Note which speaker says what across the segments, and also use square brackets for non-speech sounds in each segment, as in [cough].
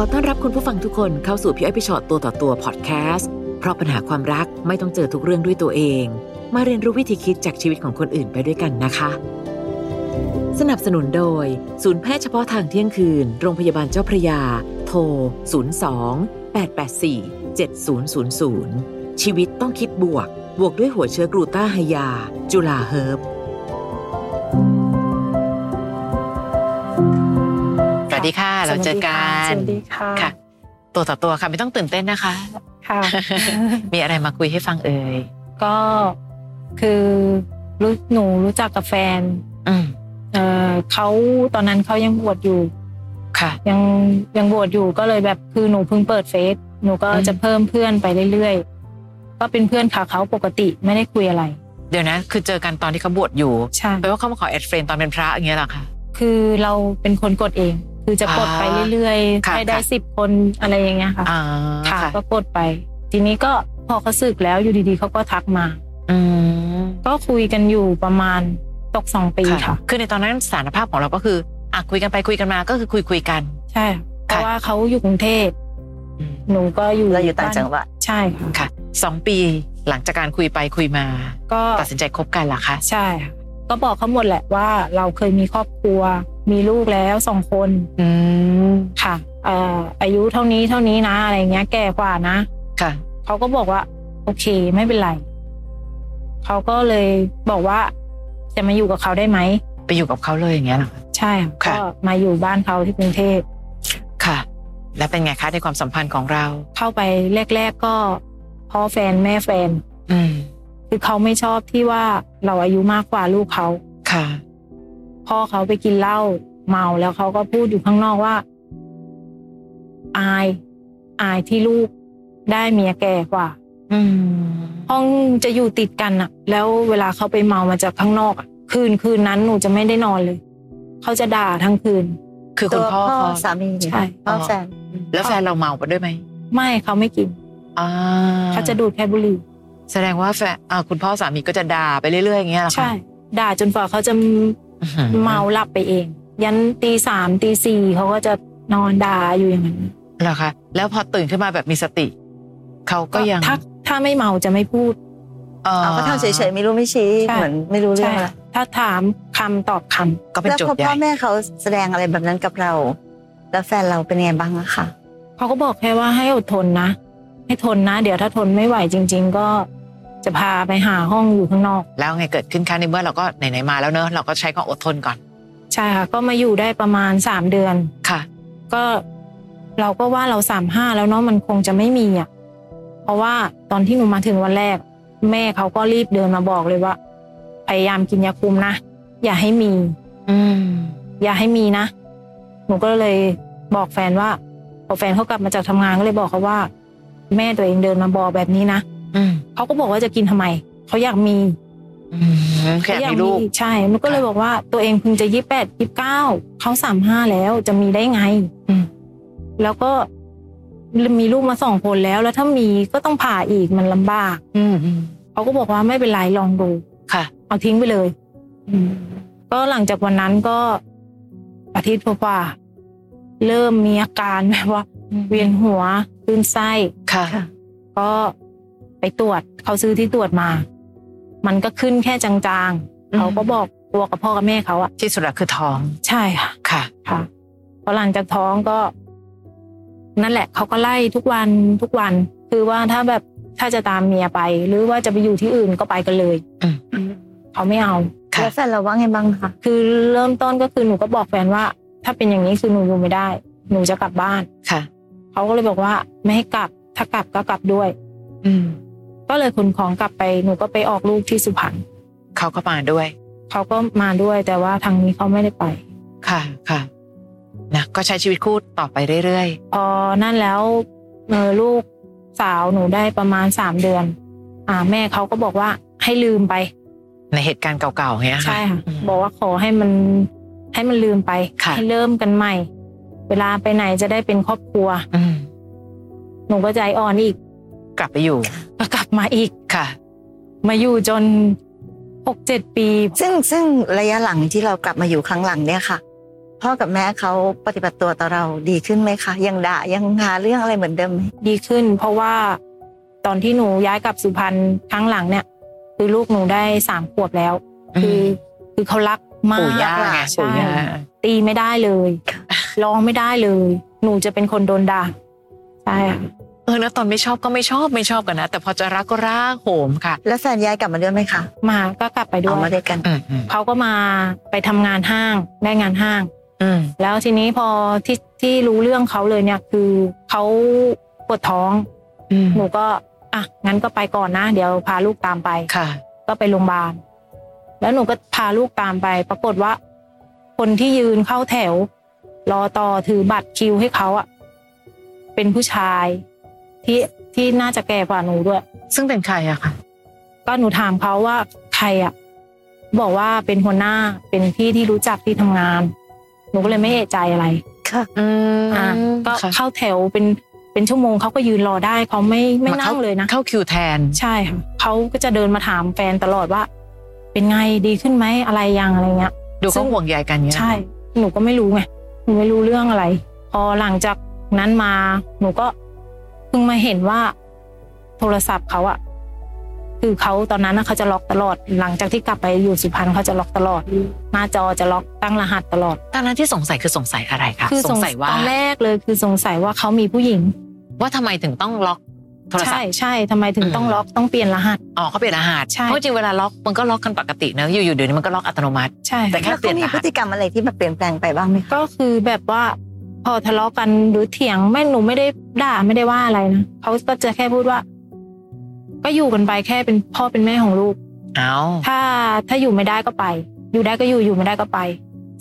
Speaker 1: อต้อนรับคุณผู้ฟังทุกคนเข้าสู่พี่อ้อยพี่ชอตตัวต่อตัวพอดแคสต์เพราะปัญหาความรักไม่ต้องเจอทุกเรื่องด้วยตัวเอง มาเรียนรู้วิธีคิดจากชีวิตของคนอื่นไปด้วยกันนะคะ สนับสนุนโดย ศูนย์แพทย์เฉพาะทางเที่ยงคืน โรงพยาบาลเจ้าพระยา โทร 02 884 7000 ชีวิตต้องคิดบวก บวกด้วยหัวเชื้อกลูต้าไฮยา จุลาเฮิร์บ สวัสดีค่ะ เราเจอกัน
Speaker 2: สวัสดีค่ะ
Speaker 1: ค่ะ ตัวต่อตัวค่ะไม่ต้องตื่นเต้นนะคะ
Speaker 2: ค่ะ
Speaker 1: [laughs] มีอะไรมาคุยให้ฟังเอ่ย
Speaker 2: ก็คือรู้หนูรู้จักกับแฟน
Speaker 1: อืม
Speaker 2: เออเขาตอนนั้นเขายังบวชอยู่
Speaker 1: ค่ะ
Speaker 2: ยังยังบวชอยู่ก็เลยแบบคือหนูเพิ่งเปิดเฟซหนูก็
Speaker 1: อืม
Speaker 2: จะเพิ่มเพื่อนไปเรื่อยๆก็เป็นเพื่อนค่ะเขาปกติไม่ได้คุยอะไร
Speaker 1: เดี๋ยวนะ คือเจอกันตอนที่เขาบวชอยู่
Speaker 2: ใช่
Speaker 1: แปลว่าเขามาขอแอดเฟรนตอนเป็นพระอย่างเงี้ยเหรอคะ
Speaker 2: คือเราเป็นคนกดเอง คือจะกดไปเรื่อยๆ
Speaker 1: ค่ะ
Speaker 2: ให้ได้
Speaker 1: ค่ะ
Speaker 2: สิบคนอะไรอย่างเงี้ยค่ะ
Speaker 1: อ่า
Speaker 2: ค่ะ ก็กดไป ทีนี้ก็พอเขาสึกแล้วอยู่ดีๆเขาก็ทักมา
Speaker 1: อืม
Speaker 2: ก็คุยกันอยู่ประมาณตกสองปีค่ะ
Speaker 1: คือในตอนนั้นสารภาพของเราก็คืออ่ะคุยกันไปคุยกันมาก็คือคุยคุยกัน
Speaker 2: ใช่เพราะว่าเขาอยู่กรุงเทพ
Speaker 1: อืม
Speaker 2: หนูก็อยู่
Speaker 3: เราอยู่ต่างจังห
Speaker 2: บ้
Speaker 3: วัด
Speaker 2: นใช่ค่ะ
Speaker 1: ค่ะ สองปีหลังจากการคุยไปคุยมา
Speaker 2: ก็
Speaker 1: ตัดสินใจคบกันเหรอคะ
Speaker 2: ใช่ค่ะก็บอกเขาหมดแหละว่าเราเคยมีครอบครัว มีลูกแล้วสองคน
Speaker 1: อืม
Speaker 2: ค่ะเอ่ออายุเท่านี้เท่านี้นะอะไรเงี้ยแก่กว่านะ
Speaker 1: ค่ะ
Speaker 2: เขาก็บอกว่า โอเคไม่เป็นไรเขาก็เลยบอกว่า จะมาอยู่กับเขาได้ไหม
Speaker 1: ไปอยู่กับเขาเลยอย่างเงี้ยเหรอ
Speaker 2: ใช่
Speaker 1: ค่ะ
Speaker 2: ก็มาอยู่บ้านเขาที่กรุงเทพ
Speaker 1: ค่ะ แล้วเป็นไงคะในความสัมพันธ์ของเรา
Speaker 2: เข้าไปแรก ๆก็พ่อแฟนแม่แฟน
Speaker 1: อืม
Speaker 2: คือเขาไม่ชอบที่ว่าเราอายุมากกว่าลูกเขา
Speaker 1: ค่ะ
Speaker 2: พ่อเขาไปกินเหล้าเมาแล้วเขาก็พูดอยู่ข้างนอกว่า อายอายที่ลูกได้เมียแก่กว่า
Speaker 1: อืม
Speaker 2: ห้องจะอยู่ติดกันอะแล้วเวลาเขาไปเมามาจากข้างนอกอะคืนคืนนั้นหนูจะไม่ได้นอนเลย เขาจะด่าทั้งคืน
Speaker 1: คือคุ
Speaker 3: ตั
Speaker 1: ณ
Speaker 3: ว
Speaker 1: พ่
Speaker 3: พ่
Speaker 1: อ
Speaker 3: อ
Speaker 1: เขา
Speaker 3: สามีเนี่ย
Speaker 2: ใช่
Speaker 3: พ่อแฟน
Speaker 1: แล้วแฟนเราเมาไปด้วยไหม
Speaker 2: ไม่เขาไม่กิน
Speaker 1: อ่า
Speaker 2: เขาจะดูดแค่บุหรี่
Speaker 1: แสดงว่าแฟนอ่าคุณพ่อสามีก็จะด่าไปเรื่อยๆอย่างเงี้ยเหรอคะ
Speaker 2: ใช่ ด่าจนฝ่าเขาจะ
Speaker 1: อื้อหือ
Speaker 2: เมาหลับไปเอง ยันตีสามตีสี่เขาก็จะนอนด่าอยู่อย่างนั้น
Speaker 1: เหรอคะ แล้วพอตื่นขึ้นมาแบบมีสติ เขาก็ยัง
Speaker 2: ถ้าถ้าไม่เมาจะไม่พูด
Speaker 1: อ่อ
Speaker 3: เอาก็ทำเฉยๆไม่รู้ไม่ชี้
Speaker 2: ใช่
Speaker 3: เหมือนไม่รู้เรื่อ
Speaker 2: ใช่
Speaker 3: งอะไร
Speaker 2: ถ้าถามคำตอบคำ
Speaker 1: ก็เป็น
Speaker 3: แล้ว
Speaker 1: จุด
Speaker 3: พอ
Speaker 1: ให
Speaker 3: พ่
Speaker 1: ญ่
Speaker 3: อแม่เขาแสดงอะไรแบบนั้นกับเรา แล้วแฟนเราเป็นไงบ้างอะค่ะ
Speaker 2: เขาก็บอกแค่ว่าให้อดทนนะ ให้ทนนะ เดี๋ยวถ้าทนไม่ไหวจริง ๆ ก็จะพาไปหาห้องอยู่ข้างนอก
Speaker 1: แล้วไงเกิดขึ้นคะในเมื่อเราก็ไหนๆมาแล้วเนอะเราก็ใช้ความอดทนก่อน
Speaker 2: ใช่ค่ะก็มาอยู่ได้ประมาณสามเดือน
Speaker 1: ค่ะ
Speaker 2: ก็เราก็ว่าเราสามห้าแล้วเนาะมันคงจะไม่มีอ่ะเพราะว่าตอนที่หนูมาถึงวันแรก แม่เขาก็รีบเดินมาบอกเลยว่า พยายามกินยาคุมนะอย่าให้มี
Speaker 1: อืม
Speaker 2: อย่าให้มีนะ หนูก็เลยบอกแฟนว่าพอแฟนเขากลับมาจากทำงานก็เลยบอกเขาว่า แม่ตัวเองเดินมาบอกแบบนี้นะ
Speaker 1: อืม
Speaker 2: เขาก็บอกว่าจะกินทำไมเขาอยากมี
Speaker 1: อืมแค่มีลูก
Speaker 2: ใช่หนูก็เลย
Speaker 1: ค่ะ
Speaker 2: บอกว่าตัวเองเพิ่งจะยี่แปดยี่เก้าเขาสามห้าแล้วจะมีได้ไง อืมแล้วก็มีลูกมาสองคนแล้ว แล้วถ้ามีก็ต้องผ่าอีกมันลำบาก
Speaker 1: อืมอืม
Speaker 2: เขาก็บอกว่าไม่เป็นไรลองดู
Speaker 1: ค่ะ
Speaker 2: เอาทิ้งไปเลย ก็หลังจากวันนั้นก็อาทิตย์กว่าๆเริ่มมีอาการแบบว่า เวียนหัวคลื่นไส้
Speaker 1: ค่ะ
Speaker 3: ค่ะ
Speaker 2: ก็ไปตรวจเขาซื้อที่ตรวจมา มันก็ขึ้นแค่จาง
Speaker 1: อืม
Speaker 2: ๆเขาก็บอกตัวกับพ่อกับแม่เขาอะ
Speaker 1: ที่สุดแล้วคือท้อง
Speaker 2: ใช่ค่ะ
Speaker 1: ค่ะ
Speaker 2: ค่ะพอหลังจากท้องก็ นั่นแหละเขาก็ไล่ทุกวันทุกวัน คือว่าถ้าแบบถ้าจะตามเมียไป หรือว่าจะไปอยู่ที่อื่นก็ไปกันเลย
Speaker 1: อืม
Speaker 2: เขาไม่เอา
Speaker 1: ค่ะ
Speaker 3: แล้วแฟนเราว่าไงบ้างคะ
Speaker 2: คือเริ่มต้นก็คือหนูก็บอกแฟนว่า ถ้าเป็นอย่างนี้คือหนูอยู่ไม่ได้ หนูจะกลับบ้าน
Speaker 1: ค่ะ
Speaker 2: เขาก็เลยบอกว่าไม่ให้กลับ ถ้ากลับก็กลับด้วย
Speaker 1: อืม
Speaker 2: ก็เลยขนของกลับไปหนูก็ไปออกลูกที่สุพรรณ
Speaker 1: เขาก็มาด้วย
Speaker 2: เขาก็มาด้วยแต่ว่าทางนี้เขาไม่ได้ไป
Speaker 1: ค่ะค่ะนะก็ใช้ชีวิตคู่ต่อไปเรื่อย
Speaker 2: พอนั่นแล้วเออลูกสาวหนูได้ประมาณสามเดือน อ่าแม่เขาก็บอกว่าให้ลืมไป
Speaker 1: ๆ ในเหตุการณ์เก่าๆเนี้ยค่ะ
Speaker 2: ใช่ค่ะ
Speaker 1: อืม
Speaker 2: บอกว่าขอให้มันให้มันลืมไป
Speaker 1: ค่ะ
Speaker 2: ให้เริ่มกันใหม่ เวลาไปไหนจะได้เป็นครอบครัว
Speaker 1: อืม
Speaker 2: หนูก็ใจอ่อนอีก
Speaker 1: กลับไปอยู่
Speaker 2: ก็กลับมาอีก
Speaker 1: ค่ะ
Speaker 2: มาอยู่จนหกเจ็ดปี
Speaker 3: ซึ่งซึ่งระยะหลังที่เรากลับมาอยู่ครั้งหลังเนี่ยค่ะ พ่อกับแม่เขาปฏิบัติตัวต่อเราดีขึ้นไหมคะ ยังด่ายังหาเรื่องอะไรเหมือนเดิมไหม
Speaker 2: ดีขึ้น เพราะว่าตอนที่หนูย้ายกลับสุพรรณครั้งหลังเนี่ย คือลูกหนูได้สามขวบแล้ว คืออคือเขารักมาก
Speaker 1: ปู่ย่าไง
Speaker 2: ใช่
Speaker 1: ปู่ย่า
Speaker 2: ตีไม่ได้เลยร้องไม่ได้เลย หนูจะเป็นคนโดนด่าใช่ค่ะ
Speaker 1: เออนะตอนไม่ชอบก็ไม่ชอบไม่ชอบกันนะ แต่พอจะรักก็รักโหมค่ะ
Speaker 3: แล้วแฟนย้ายกลับมาด้วยไหมคะ
Speaker 2: มาก็กลับไปด้
Speaker 3: เอา
Speaker 2: ว
Speaker 3: มาย ด้วยกัน
Speaker 1: อืมอืม
Speaker 2: เขาก็มาไปทำงานห้างได้งานห้าง
Speaker 1: อืม
Speaker 2: แล้วทีนี้พอที่ที่รู้เรื่องเขาเลยเนี่ยคือเขาปวดท้อง
Speaker 1: อืม
Speaker 2: หนูก็อ่ะงั้นก็ไปก่อนนะ เดี๋ยวพาลูกตามไป
Speaker 1: ค่ะ
Speaker 2: ก็ไปโรงพยาบาล แล้วหนูก็พาลูกตามไป ปรากฏว่า คนที่ยืนเข้าแถว รอต่อถือบัตรคิวให้เขาอะเป็นผู้ชาย ที่ที่น่าจะแก่กว่าหนูด้วย
Speaker 1: ซึ่งเป็นใครอะค่ะ
Speaker 2: ก็หนูถามเขาว่าใครอะบอกว่าเป็นหัวหน้าเป็นพี่ที่รู้จักที่ทำงาน หนูก็เลยไม่เอะใจอะไร
Speaker 1: อืม
Speaker 2: อ่ะก็
Speaker 1: ค่ะ
Speaker 2: เข้าแถวเป็นเป็นชั่วโมงเขาก็ยืนรอได้เขาไม่ไม่
Speaker 1: า
Speaker 2: นั่
Speaker 1: ข้าง
Speaker 2: เลยนะ
Speaker 1: เข้าคิวแทน
Speaker 2: ใช่ค่ะเขาก็จะเดินมาถามแฟนตลอดว่า เป็นไงดีขึ้นไหมอะไรยังอะไรเงี้ย
Speaker 1: ดู
Speaker 2: ซึ่
Speaker 1: เขา
Speaker 2: ง
Speaker 1: ห่วงใยกันเนี้ย
Speaker 2: ใช่ หนูก็ไม่รู้ไงหนูไม่รู้เรื่องอะไร พอหลังจากนั้นมา หนูก็เพิ่งมาเห็นว่า โทรศัพท์เขาอะคือเขาตอนนั้นน่ะเขาจะล็อกตลอด หลังจากที่กลับไปอยู่สุพรรณเขาจะล็อกตลอด หน้าจอจะล็อกตั้งรหัสตลอด
Speaker 1: ตอนนั้นที่สงสัยคือสงสัยอะไรคะ
Speaker 2: คือ
Speaker 1: สงสัยว่า
Speaker 2: ตอนแรกเลยคือสงสัยว่าเขามีผู้หญิง
Speaker 1: ว่าทำไมถึงต้องล็อกโทรศัพ
Speaker 2: ใช่
Speaker 1: ท์
Speaker 2: ใช่ทำไมถึงต้อง
Speaker 1: อืม
Speaker 2: ล็อกต้องเปลี่ยนรหัส
Speaker 1: อ๋อเขาเปลี่ยนรหัส
Speaker 2: ใช่
Speaker 1: เพราะจริงเวลาล็อกมันก็ล็อกกันปกติเนอะอยู่ๆเดี๋ยวนี้มันก็ล็อกอัตโนมัติ
Speaker 2: ใช่
Speaker 1: แต่แค่
Speaker 3: แล้ว
Speaker 1: เปลี่ยน
Speaker 3: เขามี
Speaker 1: ร
Speaker 3: พ
Speaker 1: หั
Speaker 3: ฤ
Speaker 1: ส
Speaker 3: ติกรรมอะไรที่แบบเปลี่ยนแปลงไปบ้างไหมคะ
Speaker 2: ก็คือแบบว่า พอทะเลาะกันหรือเถียงแม่หนูไม่ได้ด่าไม่ได้ว่าอะไรนะเขาก็จะแค่พูดว่า ก็อยู่กันไปแค่เป็นพ่อเป็นแม่ของลูก
Speaker 1: เอา
Speaker 2: ถ้าถ้าอยู่ไม่ได้ก็ไป อยู่ได้ก็อยู่อยู่ไม่ได้ก็ไป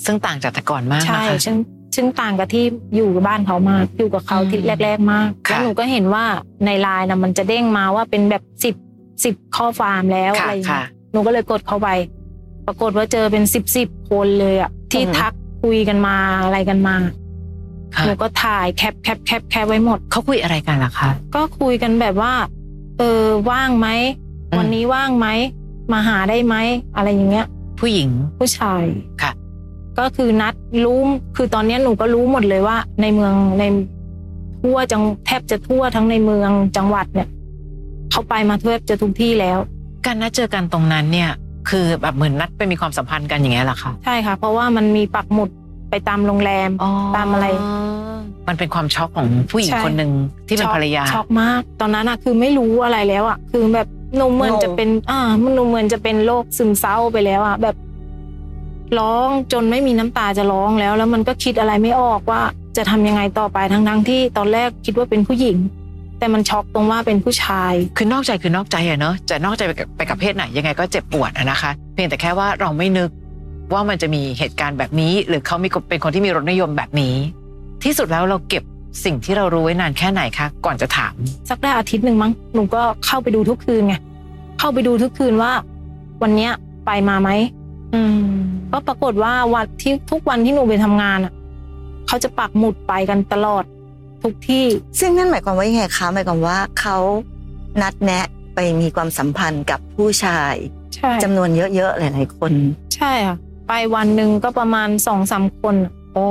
Speaker 1: ซึ่งต่างจากแต่ก่อนมาก
Speaker 2: ใช่
Speaker 1: นะคะ
Speaker 2: ซึ่งซึ่งต่างกับที่อยู่กับบ้านเขามากอยู่กับเขา
Speaker 1: อืม
Speaker 2: ที่แรก ๆ มาก
Speaker 1: ค่ะ
Speaker 2: แล้วหนูก็เห็นว่าในไลน์นะมันจะเด้งมาว่าเป็นแบบสิบสิบข้อความแล้ว
Speaker 1: ค่ะ
Speaker 2: อะไรอย่างเงี้ย
Speaker 1: ค่ะ
Speaker 2: หนูก็เลยกดเข้าไป ปรากฏว่าเจอเป็นสิบสิบคนเลยอ่ะที่
Speaker 1: อือหือ
Speaker 2: ทักคุยกันมาอะไรกันมา
Speaker 1: ค่ะ
Speaker 2: หนูก็ถ่ายแคปแคปแคปแคปไว้หมด
Speaker 1: เขาคุยอะไรกันล่ะคะ
Speaker 2: ก็คุยกันแบบว่า เออว่างไหม
Speaker 1: อืม
Speaker 2: วันนี้ว่างไหมมาหาได้ไหมอะไรอย่างเงี้ย
Speaker 1: ผู้หญิง
Speaker 2: ผู้ชาย
Speaker 1: ค่ะ
Speaker 2: ก็คือนัดรู้คือตอนเนี้ยหนูก็รู้หมดเลยว่า ในเมืองในทั่วจังแทบจะทั่วทั้งในเมืองจังหวัดเนี่ยเขาไปมาแทบจะทุกที่แล้ว
Speaker 1: การนัดเจอกันตรงนั้นเนี่ย คือแบบเหมือนนัดไปมีความสัมพันธ์กันอย่างเงี้ยเหรอคะ
Speaker 2: ใช่ค่ะ เพราะว่ามันมีปักหมุดไปตามโรงแรม ตามอะไร
Speaker 1: มันเป็นความช็อกของผู้หญิง
Speaker 2: ใช่
Speaker 1: คนหนึ่งที่เป็น
Speaker 2: ช็อก
Speaker 1: ภรรยา
Speaker 2: ช็อกมาก ตอนนั้นอะคือไม่รู้อะไรแล้วอะคือแบบหนูเหมือนจะเป็น อ่าหนูเหมือนจะเป็นโรคซึมเศร้าไปแล้วอะแบบร้องจนไม่มีน้ำตาจะร้องแล้ว แล้วมันก็คิดอะไรไม่ออกว่าจะทำยังไงต่อไปทั้งทั้งๆที่ตอนแรกคิดว่าเป็นผู้หญิง แต่มันช็อกตรงว่าเป็นผู้ชาย
Speaker 1: คือนอกใจคือนอกใจอะเนอะจะนอกใจไปกับไปกับเพศไหนยังไงก็เจ็บปวดอะนะคะ เพียงแต่แค่ว่าเราไม่นึกว่ามันจะมีเหตุการณ์แบบนี้ หรือเขามีเป็นคนที่มีรสนิยมแบบนี้ ที่สุดแล้วเราเก็บสิ่งที่เรารู้ไว้นานแค่ไหนคะก่อนจะถาม
Speaker 2: สักได้อาทิตย์หนึ่งมั้งหนูก็เข้าไปดูทุกคืนไงเข้าไปดูทุกคืนว่า วันเนี้ยไปมาไหม
Speaker 1: อืม
Speaker 2: ก็ปรากฏว่าวันที่ทุกวันที่หนูไปทำงานอ่ะเขาจะปักหมุดไปกันตลอดทุกที่
Speaker 3: ซึ่งนั่นหมายความว่ายังไงคะหมายความว่าเขานัดแนะไปมีความสัมพันธ์กับผู้ชาย
Speaker 2: ใช่
Speaker 3: จำนวนเยอะๆหลาย ๆ คน
Speaker 2: ใช่ค่ะ ไปวันหนึ่งก็ประมาณสองสามคนน่ะ
Speaker 1: โอ้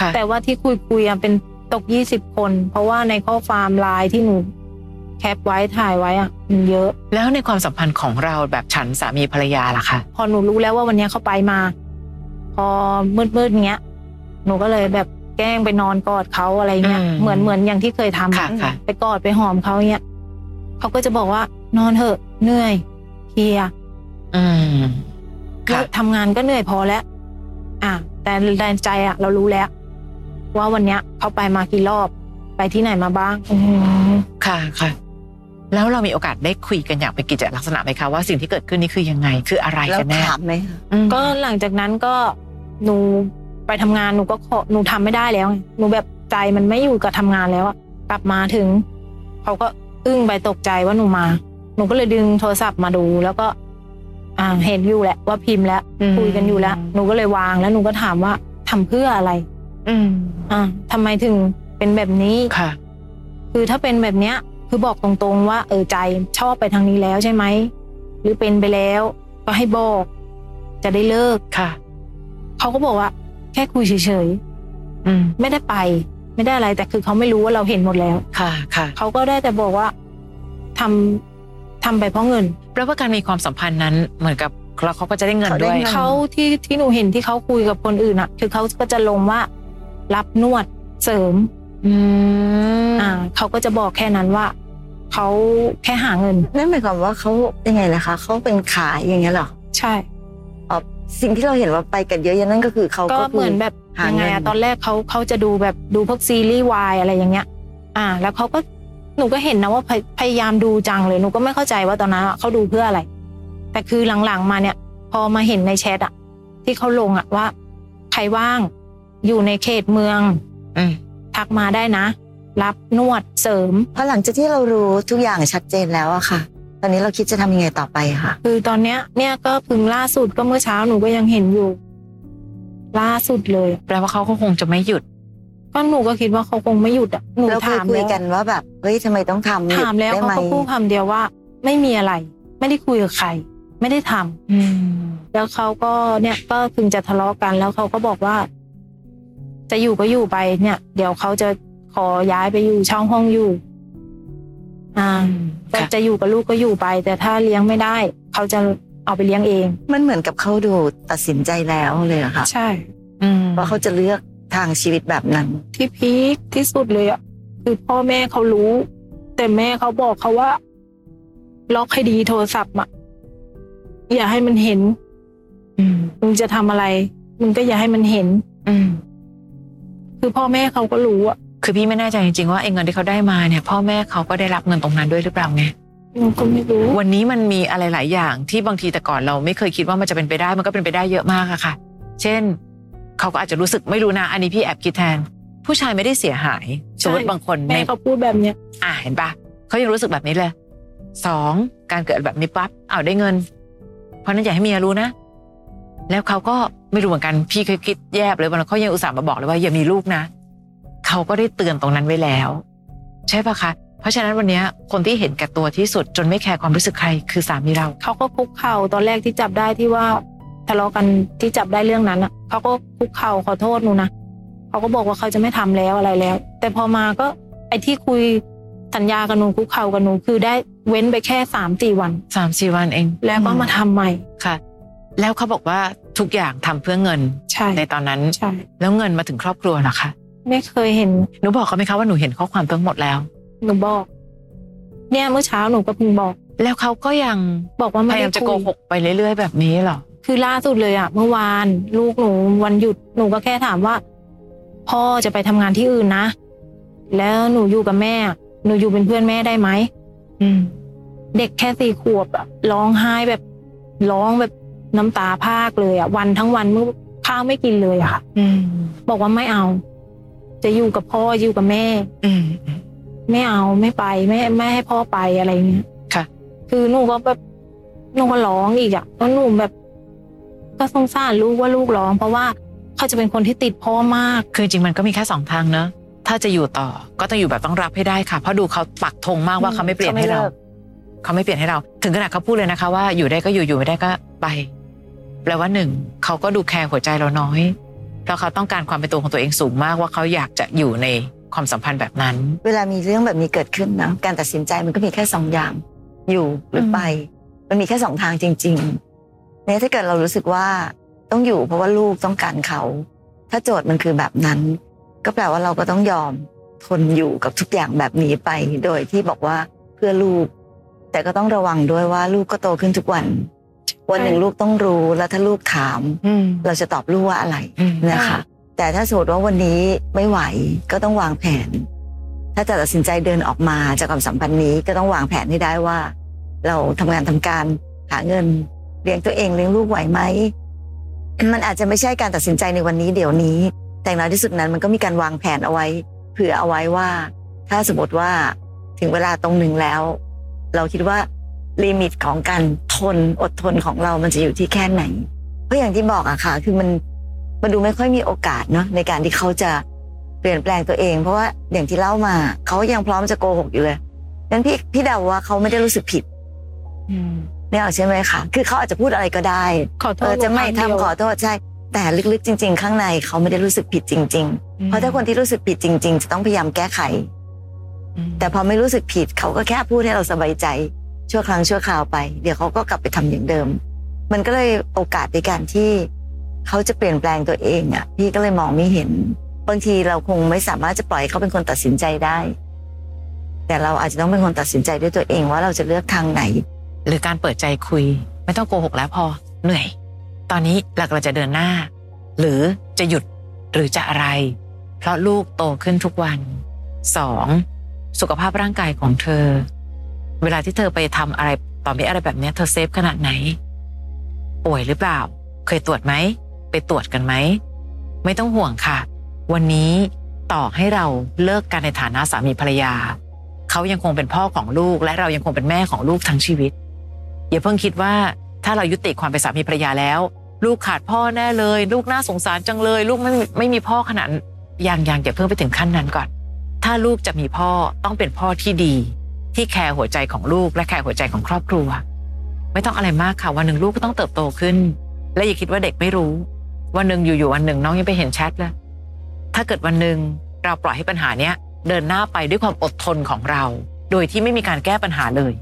Speaker 1: ค่ะ
Speaker 2: แต่ว่าที่คุยคุยๆอะเป็นตกยี่สิบคน เพราะว่าในข้อความไลน์ที่หนูแคปไว้ถ่ายไว้อ่ะมันเยอะ
Speaker 1: แล้วในความสัมพันธ์ของเราแบบฉันสามีภรรยาล่ะคะ
Speaker 2: พอหนูรู้แล้วว่าวันเนี้ยเขาไปมา พอมืดๆเงี้ยหนูก็เลยแบบแกล้งไปนอนกอดเขาอะไรเงี้ย
Speaker 1: ม
Speaker 2: เหมือนเหมือนอย่างที่เคยทำ
Speaker 1: ค่ะ
Speaker 2: อะ
Speaker 1: ค่ะ
Speaker 2: ไปกอดไปหอมเขาเงี้ยเขาก็จะบอกว่านอนเถอะเหนื่อยเพลีย
Speaker 1: อืม
Speaker 2: เรา
Speaker 1: ค่ะ
Speaker 2: ทำงานก็เหนื่อยพอแล้ว อ่ะ แต่แรงใจอ่ะ เรารู้แล้ว ว่าวันเนี้ยเขาไปมากี่รอบ ไปที่ไหนมาบ้าง
Speaker 1: ค่ะค่ะ แล้วเรามีโอกาสได้คุยกันอย่างเป็นกิจลักษณะไหมคะว่าสิ่งที่เกิดขึ้นนี่คือยังไงคืออะไร
Speaker 3: แล้ว
Speaker 1: กันแน่
Speaker 3: ถามไหมคะ
Speaker 1: อืม
Speaker 2: ก็หลังจากนั้นก็หนูไปทำงานหนูก็ขอหนูทำไม่ได้แล้วไงหนูแบบใจมันไม่อยู่กับทำงานแล้วอะกลับมาถึงเขาก็อึ้งไปตกใจว่าหนูมา หนูก็เลยดึงโทรศัพท์มาดูแล้วก็ อ่าเห็นอยู่แหละว่าพิมพ์แล้วคุยกันอยู่แล้วหนูก็เลยวางแล้วหนูก็ถามว่าทำเพื่ออะไร
Speaker 1: อืม
Speaker 2: อ่าทำไมถึงเป็นแบบนี้
Speaker 1: ค่ะ
Speaker 2: คือถ้าเป็นแบบเนี้ย คือบอกตรงๆว่าเออใจชอบไปทางนี้แล้วใช่ไหม หรือเป็นไปแล้ว ก็ให้บอก จะได้เลิก
Speaker 1: ค่ะ
Speaker 2: เขาก็บอกว่า แค่คุยเฉย
Speaker 1: อืม
Speaker 2: ๆไม่ได้ไป ไม่ได้อะไรแต่คือเขาไม่รู้ว่าเราเห็นหมดแล้ว
Speaker 1: ค่ะค่ะ
Speaker 2: เขาก็ได้แต่บอกว่าทำทำไปเพราะเงิน
Speaker 1: แปลว่าการมีความสัมพันธ์นั้นเหมือนกับแล้วเขาก็จะได้เงิน
Speaker 3: เขาได้
Speaker 1: ด้วย
Speaker 3: เงิน
Speaker 2: เขาที่ที่หนูเห็นที่เขาคุยกับคนอื่นอ่ะ คือเขาก็จะลงว่า รับนวดเสริม
Speaker 1: อืม
Speaker 2: อ่าเขาก็จะบอกแค่นั้นว่าเขาแค่หาเงิน
Speaker 3: นั่นหมายความว่าเขายังไงล่ะคะเขาเป็นขายอย่างเงี้ยเหรอ
Speaker 2: ใช่
Speaker 3: อ๋อสิ่งที่เราเห็นว่าไปกันเยอะแยะนั่นก็คือเขา
Speaker 2: ก็
Speaker 3: ก็
Speaker 2: เหมือนแบบ
Speaker 3: หา
Speaker 2: ยังไง
Speaker 3: เงิน
Speaker 2: อะตอนแรกเขาเขาจะดูแบบดูพวกซีรีส์วายอะไรอย่างเงี้ย อ่า แล้วเขาก็หนูก็เห็นนะว่าพยพยายามดูจังเลยหนูก็ไม่เข้าใจว่าตอนนั้นอะเขาดูเพื่ออะไร แต่คือหลังๆมาเนี่ย พอมาเห็นในแชทอะที่เขาลงอะว่า ใครว่างอยู่ในเขตเมือง
Speaker 1: อืม
Speaker 2: ทักมาได้นะ รับนวดเสริม
Speaker 3: พอหลังจากที่เรารู้ทุกอย่างชัดเจนแล้วอะค่ะ ตอนนี้เราคิดจะทำยังไงต่อไปอะค่ะ
Speaker 2: คือตอนเนี้ยเนี่ยก็เพึงล่าสุดก็เมื่อเช้าหนูก็ยังเห็นอยู่ ล่าสุดเลย
Speaker 1: แปลว่าเขาก็คงจะไม่หยุด
Speaker 2: ก็หนูก็คิดว่าเขาคงไม่หยุดอ่ะหนู
Speaker 3: แล้วเคย
Speaker 2: ถาม
Speaker 3: คุย
Speaker 2: แล้ว
Speaker 3: กันว่าแบบเฮ้ยทำไมต้องทำหยุด
Speaker 2: ถามแล้ว
Speaker 3: ได้
Speaker 2: เขา
Speaker 3: ไหม
Speaker 2: ก็พูดคำเดียวว่า ไม่มีอะไร ไม่ได้คุยกับใคร ไม่ได้ทำ
Speaker 1: อืม
Speaker 2: แล้วเขาก็เนี่ยก็ถึงจะทะเลาะกันแล้วเขาก็บอกว่า จะอยู่ก็อยู่ไปเนี่ย เดี๋ยวเขาจะขอย้ายไปอยู่เช่าห้องอยู่ อ่าก็
Speaker 1: ค่ะ
Speaker 2: จะอยู่กับลูกก็อยู่ไป แต่ถ้าเลี้ยงไม่ได้ เขาจะเอาไปเลี้ยงเอง
Speaker 3: มันเหมือนกับเขาดูตัดสินใจแล้วเลยเหรอค่ะ
Speaker 2: ใช่
Speaker 1: อืม
Speaker 3: ว่าเขาจะเลือกทางชีวิตแบบนั้น
Speaker 2: ที่พีคที่สุดเลยอ่ะคือพ่อแม่เขารู้ แต่แม่เขาบอกเขาว่า ล็อกให้ดีโทรศัพท์อ่ะอย่าให้มันเห็น
Speaker 1: อืม
Speaker 2: มึงจะทำอะไร มึงก็อย่าให้มันเห็น
Speaker 1: อืม
Speaker 2: คือพ่อแม่เขาก็รู้อะ
Speaker 1: คือพี่ไม่แน่ใจจริงๆว่าไอ้เงินที่เขาได้มาเนี่ย พ่อแม่เขาก็ได้รับเงินตรงนั้นด้วยหรือเปล่าไง
Speaker 2: หนูก็ไม่รู้
Speaker 1: วันนี้มันมีอะไรหลายอย่างที่บางทีแต่ก่อนเราไม่เคยคิดว่ามันจะเป็นไปได้มันก็เป็นไปได้เยอะมากอะค่ะ เช่น เขาก็อาจจะรู้สึกไม่รู้นะอันนี้พี่แอบคิดแทน ผู้ชายไม่ได้เสียหายสมมติ
Speaker 2: ใช่
Speaker 1: บางคน
Speaker 2: แม่
Speaker 1: ใน
Speaker 2: เขาพูดแบบเนี้ย
Speaker 1: อ่าเห็นปะเขายังรู้สึกแบบนี้เลยสองการเกิดแบบนี้ปั๊บเอาวได้เงิน เพราะฉะนั้นอย่าให้เมียรู้นะ แล้วเขาก็ไม่รู้เหมือนกันพี่เคยคิดแยบเลยวันนั้นเขายังอุตส่าห์มาบอกเลยว่าอย่ามีลูกนะเขาก็ได้เตือนตรงนั้นไว้แล้ว ใช่ปะคะ เพราะฉะนั้นวันเนี้ยคนที่เห็นแก่ตัวที่สุดจนไม่แคร์ความรู้สึกใครคือสามีเรา
Speaker 2: เขาก็คุกเข่าตอนแรกที่จับได้ที่ว่าทะเลาะกันที่จับได้เรื่องนั้นอะเขาก็คุกเข่าขอโทษหนูนะเขาก็บอกว่าเขาจะไม่ทำแล้วอะไรแล้ว แต่พอมาก็ ไอ้ที่คุยสัญญากับหนูคุกเข่ากับหนูคือได้เว้นไปแค่สามสี่วัน
Speaker 1: สามสี่วันเอง
Speaker 2: แล้วก็มาทำใหม่
Speaker 1: ค่ะ แล้วเขาบอกว่าทุกอย่างทำเพื่อเงิน
Speaker 2: ใช่
Speaker 1: ในตอนนั้น
Speaker 2: ใช่
Speaker 1: แล้วเงินมาถึงครอบครัวเหรอคะ
Speaker 2: ไม่เคยเห็น
Speaker 1: หนูบอกเขาไหมคะว่าหนูเห็นข้อความทั้งหมดแล้ว
Speaker 2: หนูบอก เนี่ยเมื่อเช้าหนูก็เพิ่งบอก
Speaker 1: แล้วเขาก็ยัง
Speaker 2: บอกว่า
Speaker 1: พ
Speaker 2: ไม่
Speaker 1: ยา
Speaker 2: ได้
Speaker 1: ยามจะ
Speaker 2: คุ
Speaker 1: โก
Speaker 2: ย
Speaker 1: หกไปเรื่อยๆ แบบนี้เหรอ
Speaker 2: คือล่าสุดเลยอะเมื่อวานลูกหนูวันหยุดหนูก็แค่ถามว่า พ่อจะไปทำงานที่อื่นนะ แล้วหนูอยู่กับแม่ หนูอยู่เป็นเพื่อนแม่ได้ไหม
Speaker 1: อืม
Speaker 2: เด็กแค่สี่ขวบอะร้องไห้แบบร้องแบบน้ำตาพรากเลยอะวันทั้งวันเมื่อข้าวไม่กินเลยอะค่ะ
Speaker 1: อืม
Speaker 2: บอกว่าไม่เอา จะอยู่กับพ่ออยู่กับแม่
Speaker 1: อืม
Speaker 2: ไม่เอาไม่ไปไม่ไม่ให้พ่อไปอะไรเงี้ย
Speaker 1: ค่ะ
Speaker 2: คือหนูก็แบบหนูก็ร้องอีกอ่ะแล้วหนูแบบ ก็สงสารลูกว่าลูกร้อง เพราะว่าเขาจะเป็นคนที่ติดพ่อมาก
Speaker 1: คือจริงมันก็มีแค่สองทางเนอะถ้าจะอยู่ต่อ ก็ต้องอยู่แบบต้องรับให้ได้ค่ะ เพราะดูเขาปักธงมากว่า
Speaker 3: อืม
Speaker 1: เขาไม่เปลี่ยนให้เรา
Speaker 3: เขาไม่เลิก
Speaker 1: เขาไม่เปลี่ยนให้เรา ถึงขนาดเขาพูดเลยนะคะ ว่าอยู่ได้ก็อยู่อยู่ไม่ได้ก็ไป แปลว่าหนึ่งเขาก็ดูแคร์หัวใจเราน้อย เพราะเขาต้องการความเป็นตัวของตัวเองสูงมากว่าเขาอยากจะอยู่ในความสัมพันธ์แบบนั้น
Speaker 3: เวลามีเรื่องแบบนี้เกิดขึ้นนะการตัดสินใจมันก็มีแค่สองอย่าง อยู่หรือไป มันมีแค่สองทางจริงๆเนี่ยถ้าเกิดเรารู้สึกว่าต้องอยู่เพราะว่าลูกต้องการเขา ถ้าโจทย์มันคือแบบนั้น ก็แปลว่าเราก็ต้องยอมทนอยู่กับทุกอย่างแบบนี้ไป โดยที่บอกว่าเพื่อลูก แต่ก็ต้องระวังด้วยว่าลูกก็โตขึ้นทุกวัน วันหนึ่งลูกต้องรู้แล้วถ้าลูกถาม
Speaker 1: อืม
Speaker 3: เราจะตอบลูกว่าอะไร
Speaker 1: อืม
Speaker 3: นะ
Speaker 2: ค่ะ
Speaker 3: คะแต่ถ้าสมมติว่าวันนี้ไม่ไหวก็ต้องวางแผน ถ้าจะตัดสินใจเดินออกมาจากความสัมพันธ์นี้ก็ต้องวางแผนให้ได้ว่า เราทำงานทำการหาเงินเลี้ยงตัวเองเลี้ยงลูกไหวไหม มันอาจจะไม่ใช่การตัดสินใจในวันนี้เดี๋ยวนี้ แต่อย่างน้อยที่สุดนั้นมันก็มีการวางแผนเอาไว้ เผื่อเอาไว้ว่า ถ้าสมมติว่าถึงเวลาตรงหนึ่งแล้ว เราคิดว่าลิมิตของการทนอดทนของเรามันจะอยู่ที่แค่ไหน เพราะอย่างที่บอกอะค่ะ คือมันมันดูไม่ค่อยมีโอกาสเนาะในการที่เขาจะเปลี่ยนแปลงตัวเอง เพราะว่าอย่างที่เล่ามาเขายังพร้อมจะโกหกอยู่เลยงั้นพี่พี่เดาว่าเขาไม่ได้รู้สึกผิดเนี่ยใช่ไหมคะคือเขาอาจจะพูดอะไรก็ได้
Speaker 2: ขอโท
Speaker 3: เอ
Speaker 2: ษ
Speaker 3: อจะไม่
Speaker 2: ลูกค
Speaker 3: ทำ
Speaker 2: รั้งเดียว
Speaker 3: ขอโทษใช่ แต่ลึกๆจริง ๆ ข้างในเขาไม่ได้รู้สึกผิดจริง ๆ เพราะถ้าคนที่รู้สึกผิดจริง ๆ จะต้องพยายามแก้ไข
Speaker 1: อืม
Speaker 3: แต่พอไม่รู้สึกผิดเขาก็แค่พูดให้เราสบายใจ ชั่วครั้งชั่วคราวไป เดี๋ยวเขาก็กลับไปทำอย่างเดิม มันก็เลยโอกาสในการที่เขาจะเปลี่ยนแปลงตัวเองอ่ะพี่ก็เลยมองไม่เห็น บางทีเราคงไม่สามารถจะปล่อยให้เขาเป็นคนตัดสินใจได้ แต่เราอาจจะต้องเป็นคนตัดสินใจด้วยตัวเองว่าเราจะเลือกทางไหน
Speaker 1: หรือการเปิดใจคุย ไม่ต้องโกหกแล้วพอเหนื่อย ตอนนี้หลักเราจะเดินหน้า หรือจะหยุดหรือจะอะไร เพราะลูกโตขึ้นทุกวันสองสุขภาพร่างกายของเธอ เวลาที่เธอไปทำอะไรต่อมีอะไรแบบเนี้ยเธอเซฟขนาดไหน ป่วยหรือเปล่า เคยตรวจไหม ไปตรวจกันไหม ไม่ต้องห่วงค่ะ วันนี้ต่อให้เราเลิกกันในฐานะสามีภรรยา เขายังคงเป็นพ่อของลูก และเรายังคงเป็นแม่ของลูกทั้งชีวิต อย่าเพิ่งคิดว่าถ้าเรายุติความเป็นสามีภรรยาแล้ว ลูกขาดพ่อแน่เลย ลูกน่าสงสารจังเลย ลูกไม่มีไม่มีพ่อขนาดนั้นยังยังอย่าเพิ่งไปถึงขั้นนั้นก่อน ถ้าลูกจะมีพ่อต้องเป็นพ่อที่ดี ที่แคร์หัวใจของลูกและแคร์หัวใจของครอบครัว ไม่ต้องอะไรมากค่ะวันหนึ่งลูกก็ต้องเติบโตขึ้น และอย่าคิดว่าเด็กไม่รู้ วันหนึ่งอยู่ๆวันหนึ่งน้องยังไปเห็นแชทเลยถ้าเกิดวันหนึ่งเราปล่อยให้ปัญหาเนี้ย เดินหน้าไปด้วยความอดทนของเรา โดยที่ไม่มีการแก้ปัญหาเลย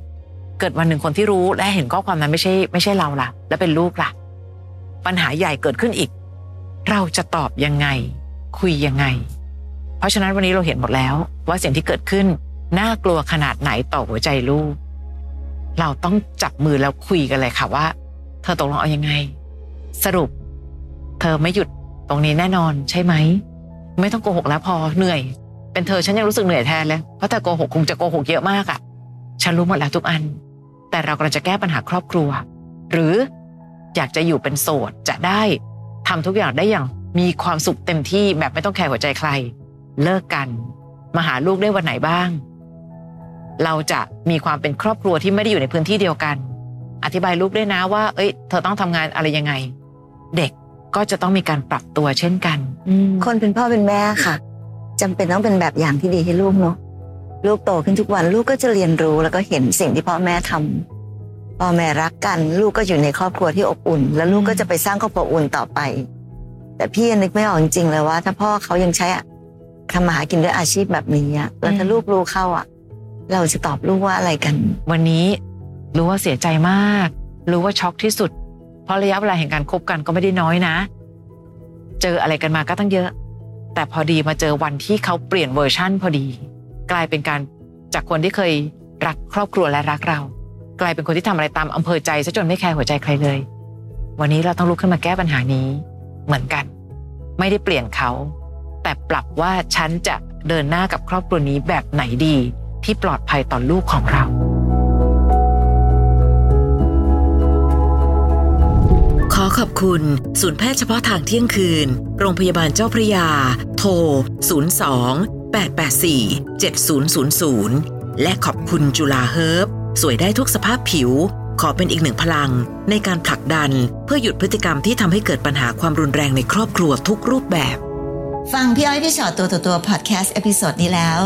Speaker 1: เกิดวันหนึ่งคนที่รู้และเห็นข้อความนั้นไม่ใช่ไม่ใช่เราล่ะ และเป็นลูกล่ะ ปัญหาใหญ่เกิดขึ้นอีก เราจะตอบยังไง คุยยังไง เพราะฉะนั้นวันนี้เราเห็นหมดแล้ว ว่าสิ่งที่เกิดขึ้น น่ากลัวขนาดไหนต่อหัวใจลูก เราต้องจับมือแล้วคุยกันเลยค่ะว่า เธอตกลงเอายังไง สรุป เธอไม่หยุดตรงนี้แน่นอนใช่ไหม ไม่ต้องโกหกแล้วพอเหนื่อย เป็นเธอฉันยังรู้สึกเหนื่อยแทนเลย เพราะแต่โกหกคงจะโกหกเยอะมากอะ่ะ ฉันรู้หมดแล้วทุกอัน แต่เรากำลังจะแก้ปัญหาครอบครัว หรืออยากจะอยู่เป็นโสดจะได้ทำทุกอย่างได้อย่างมีความสุขเต็มที่แบบไม่ต้องแคร์หัวใจใคร เลิกกัน มาหาลูกได้วันไหนบ้าง เราจะมีความเป็นครอบครัวที่ไม่ได้อยู่ในพื้นที่เดียวกัน อธิบายลูกด้วยนะว่า เอ้ย เธอต้องทำงานอะไรยังไง เด็กก็จะต้องมีการปรับตัวเช่นกัน
Speaker 3: คนเป็นพ่อเป็นแม่ค่ะจำเป็นต้องเป็นแบบอย่างที่ดีให้ลูกเนาะลูกโตขึ้นทุกวันลูกก็จะเรียนรู้แล้วก็เห็นสิ่งที่พ่อแม่ทำพ่อแม่รักกัน ลูกก็อยู่ในครอบครัวที่อบอุ่น แล้วลูกก็จะไปสร้างครอบครัวอุ่นต่อไป แต่พี่ยังนึกไม่ออกจริงๆเลยว่า ถ้าพ่อเขายังใช้อะทำมาหากินด้วยอาชีพแบบนี้อะแล้วถ้าลูกรู้เข้าอ่ะ เราจะตอบลูกว่าอะไรกัน
Speaker 1: วันนี้รู้ว่าเสียใจมาก รู้ว่าช็อกที่สุด เพราะระยะเวลาแห่งการคบกันก็ไม่ได้น้อยนะ เจออะไรกันมาก็ตั้งเยอะ แต่พอดีมาเจอวันที่เขาเปลี่ยนเวอร์ชั่นพอดี กลายเป็นการจากคนที่เคยรักครอบครัวและรักเรา กลายเป็นคนที่ทำอะไรตามอำเภอใจซะจนไม่แคร์หัวใจใครเลย วันนี้เราต้องลุกขึ้นมาแก้ปัญหานี้ เหมือนกัน ไม่ได้เปลี่ยนเขา แต่ปรับว่าฉันจะเดินหน้ากับครอบครัวนี้แบบไหนดี ที่ปลอดภัยต่อลูกของเรา
Speaker 4: ขอขอบคุณ ศูนย์แพทย์เฉพาะทางเที่ยงคืน โรงพยาบาลเจ้าพระยา โทร 02 884 7000 และขอบคุณจุฬาเฮิร์บสวยได้ทุกสภาพผิว ขอเป็นอีกหนึ่งพลัง ในการผลักดัน เพื่อหยุดพฤติกรรมที่ทำให้เกิดปัญหาความรุนแรงในครอบครัวทุกรูปแบบ
Speaker 3: ฟังพี่อ้อยพี่ชอตตัวต่อตัวพอดแคสต์เอพิโซดนี้แล้ว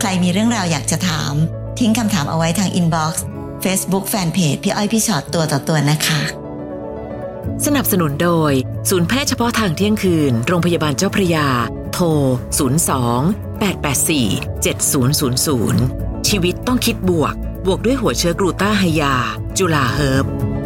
Speaker 3: ใครมีเรื่องราวอยากจะถาม ทิ้งคำถามเอาไว้ทางอินบ็อกซ์เฟซบุ๊กแฟนเพจพี่อ้อยพี่ชอตตัวต่อตัวนะคะ
Speaker 4: สนับสนุนโดย ศูนย์แพทย์เฉพาะทางเที่ยงคืน โรงพยาบาลเจ้าพระยา โทร 02 884 7000 ชีวิตต้องคิดบวก บวกด้วยหัวเชื้อกลูต้าไฮยา จุฬาเฮิร์บ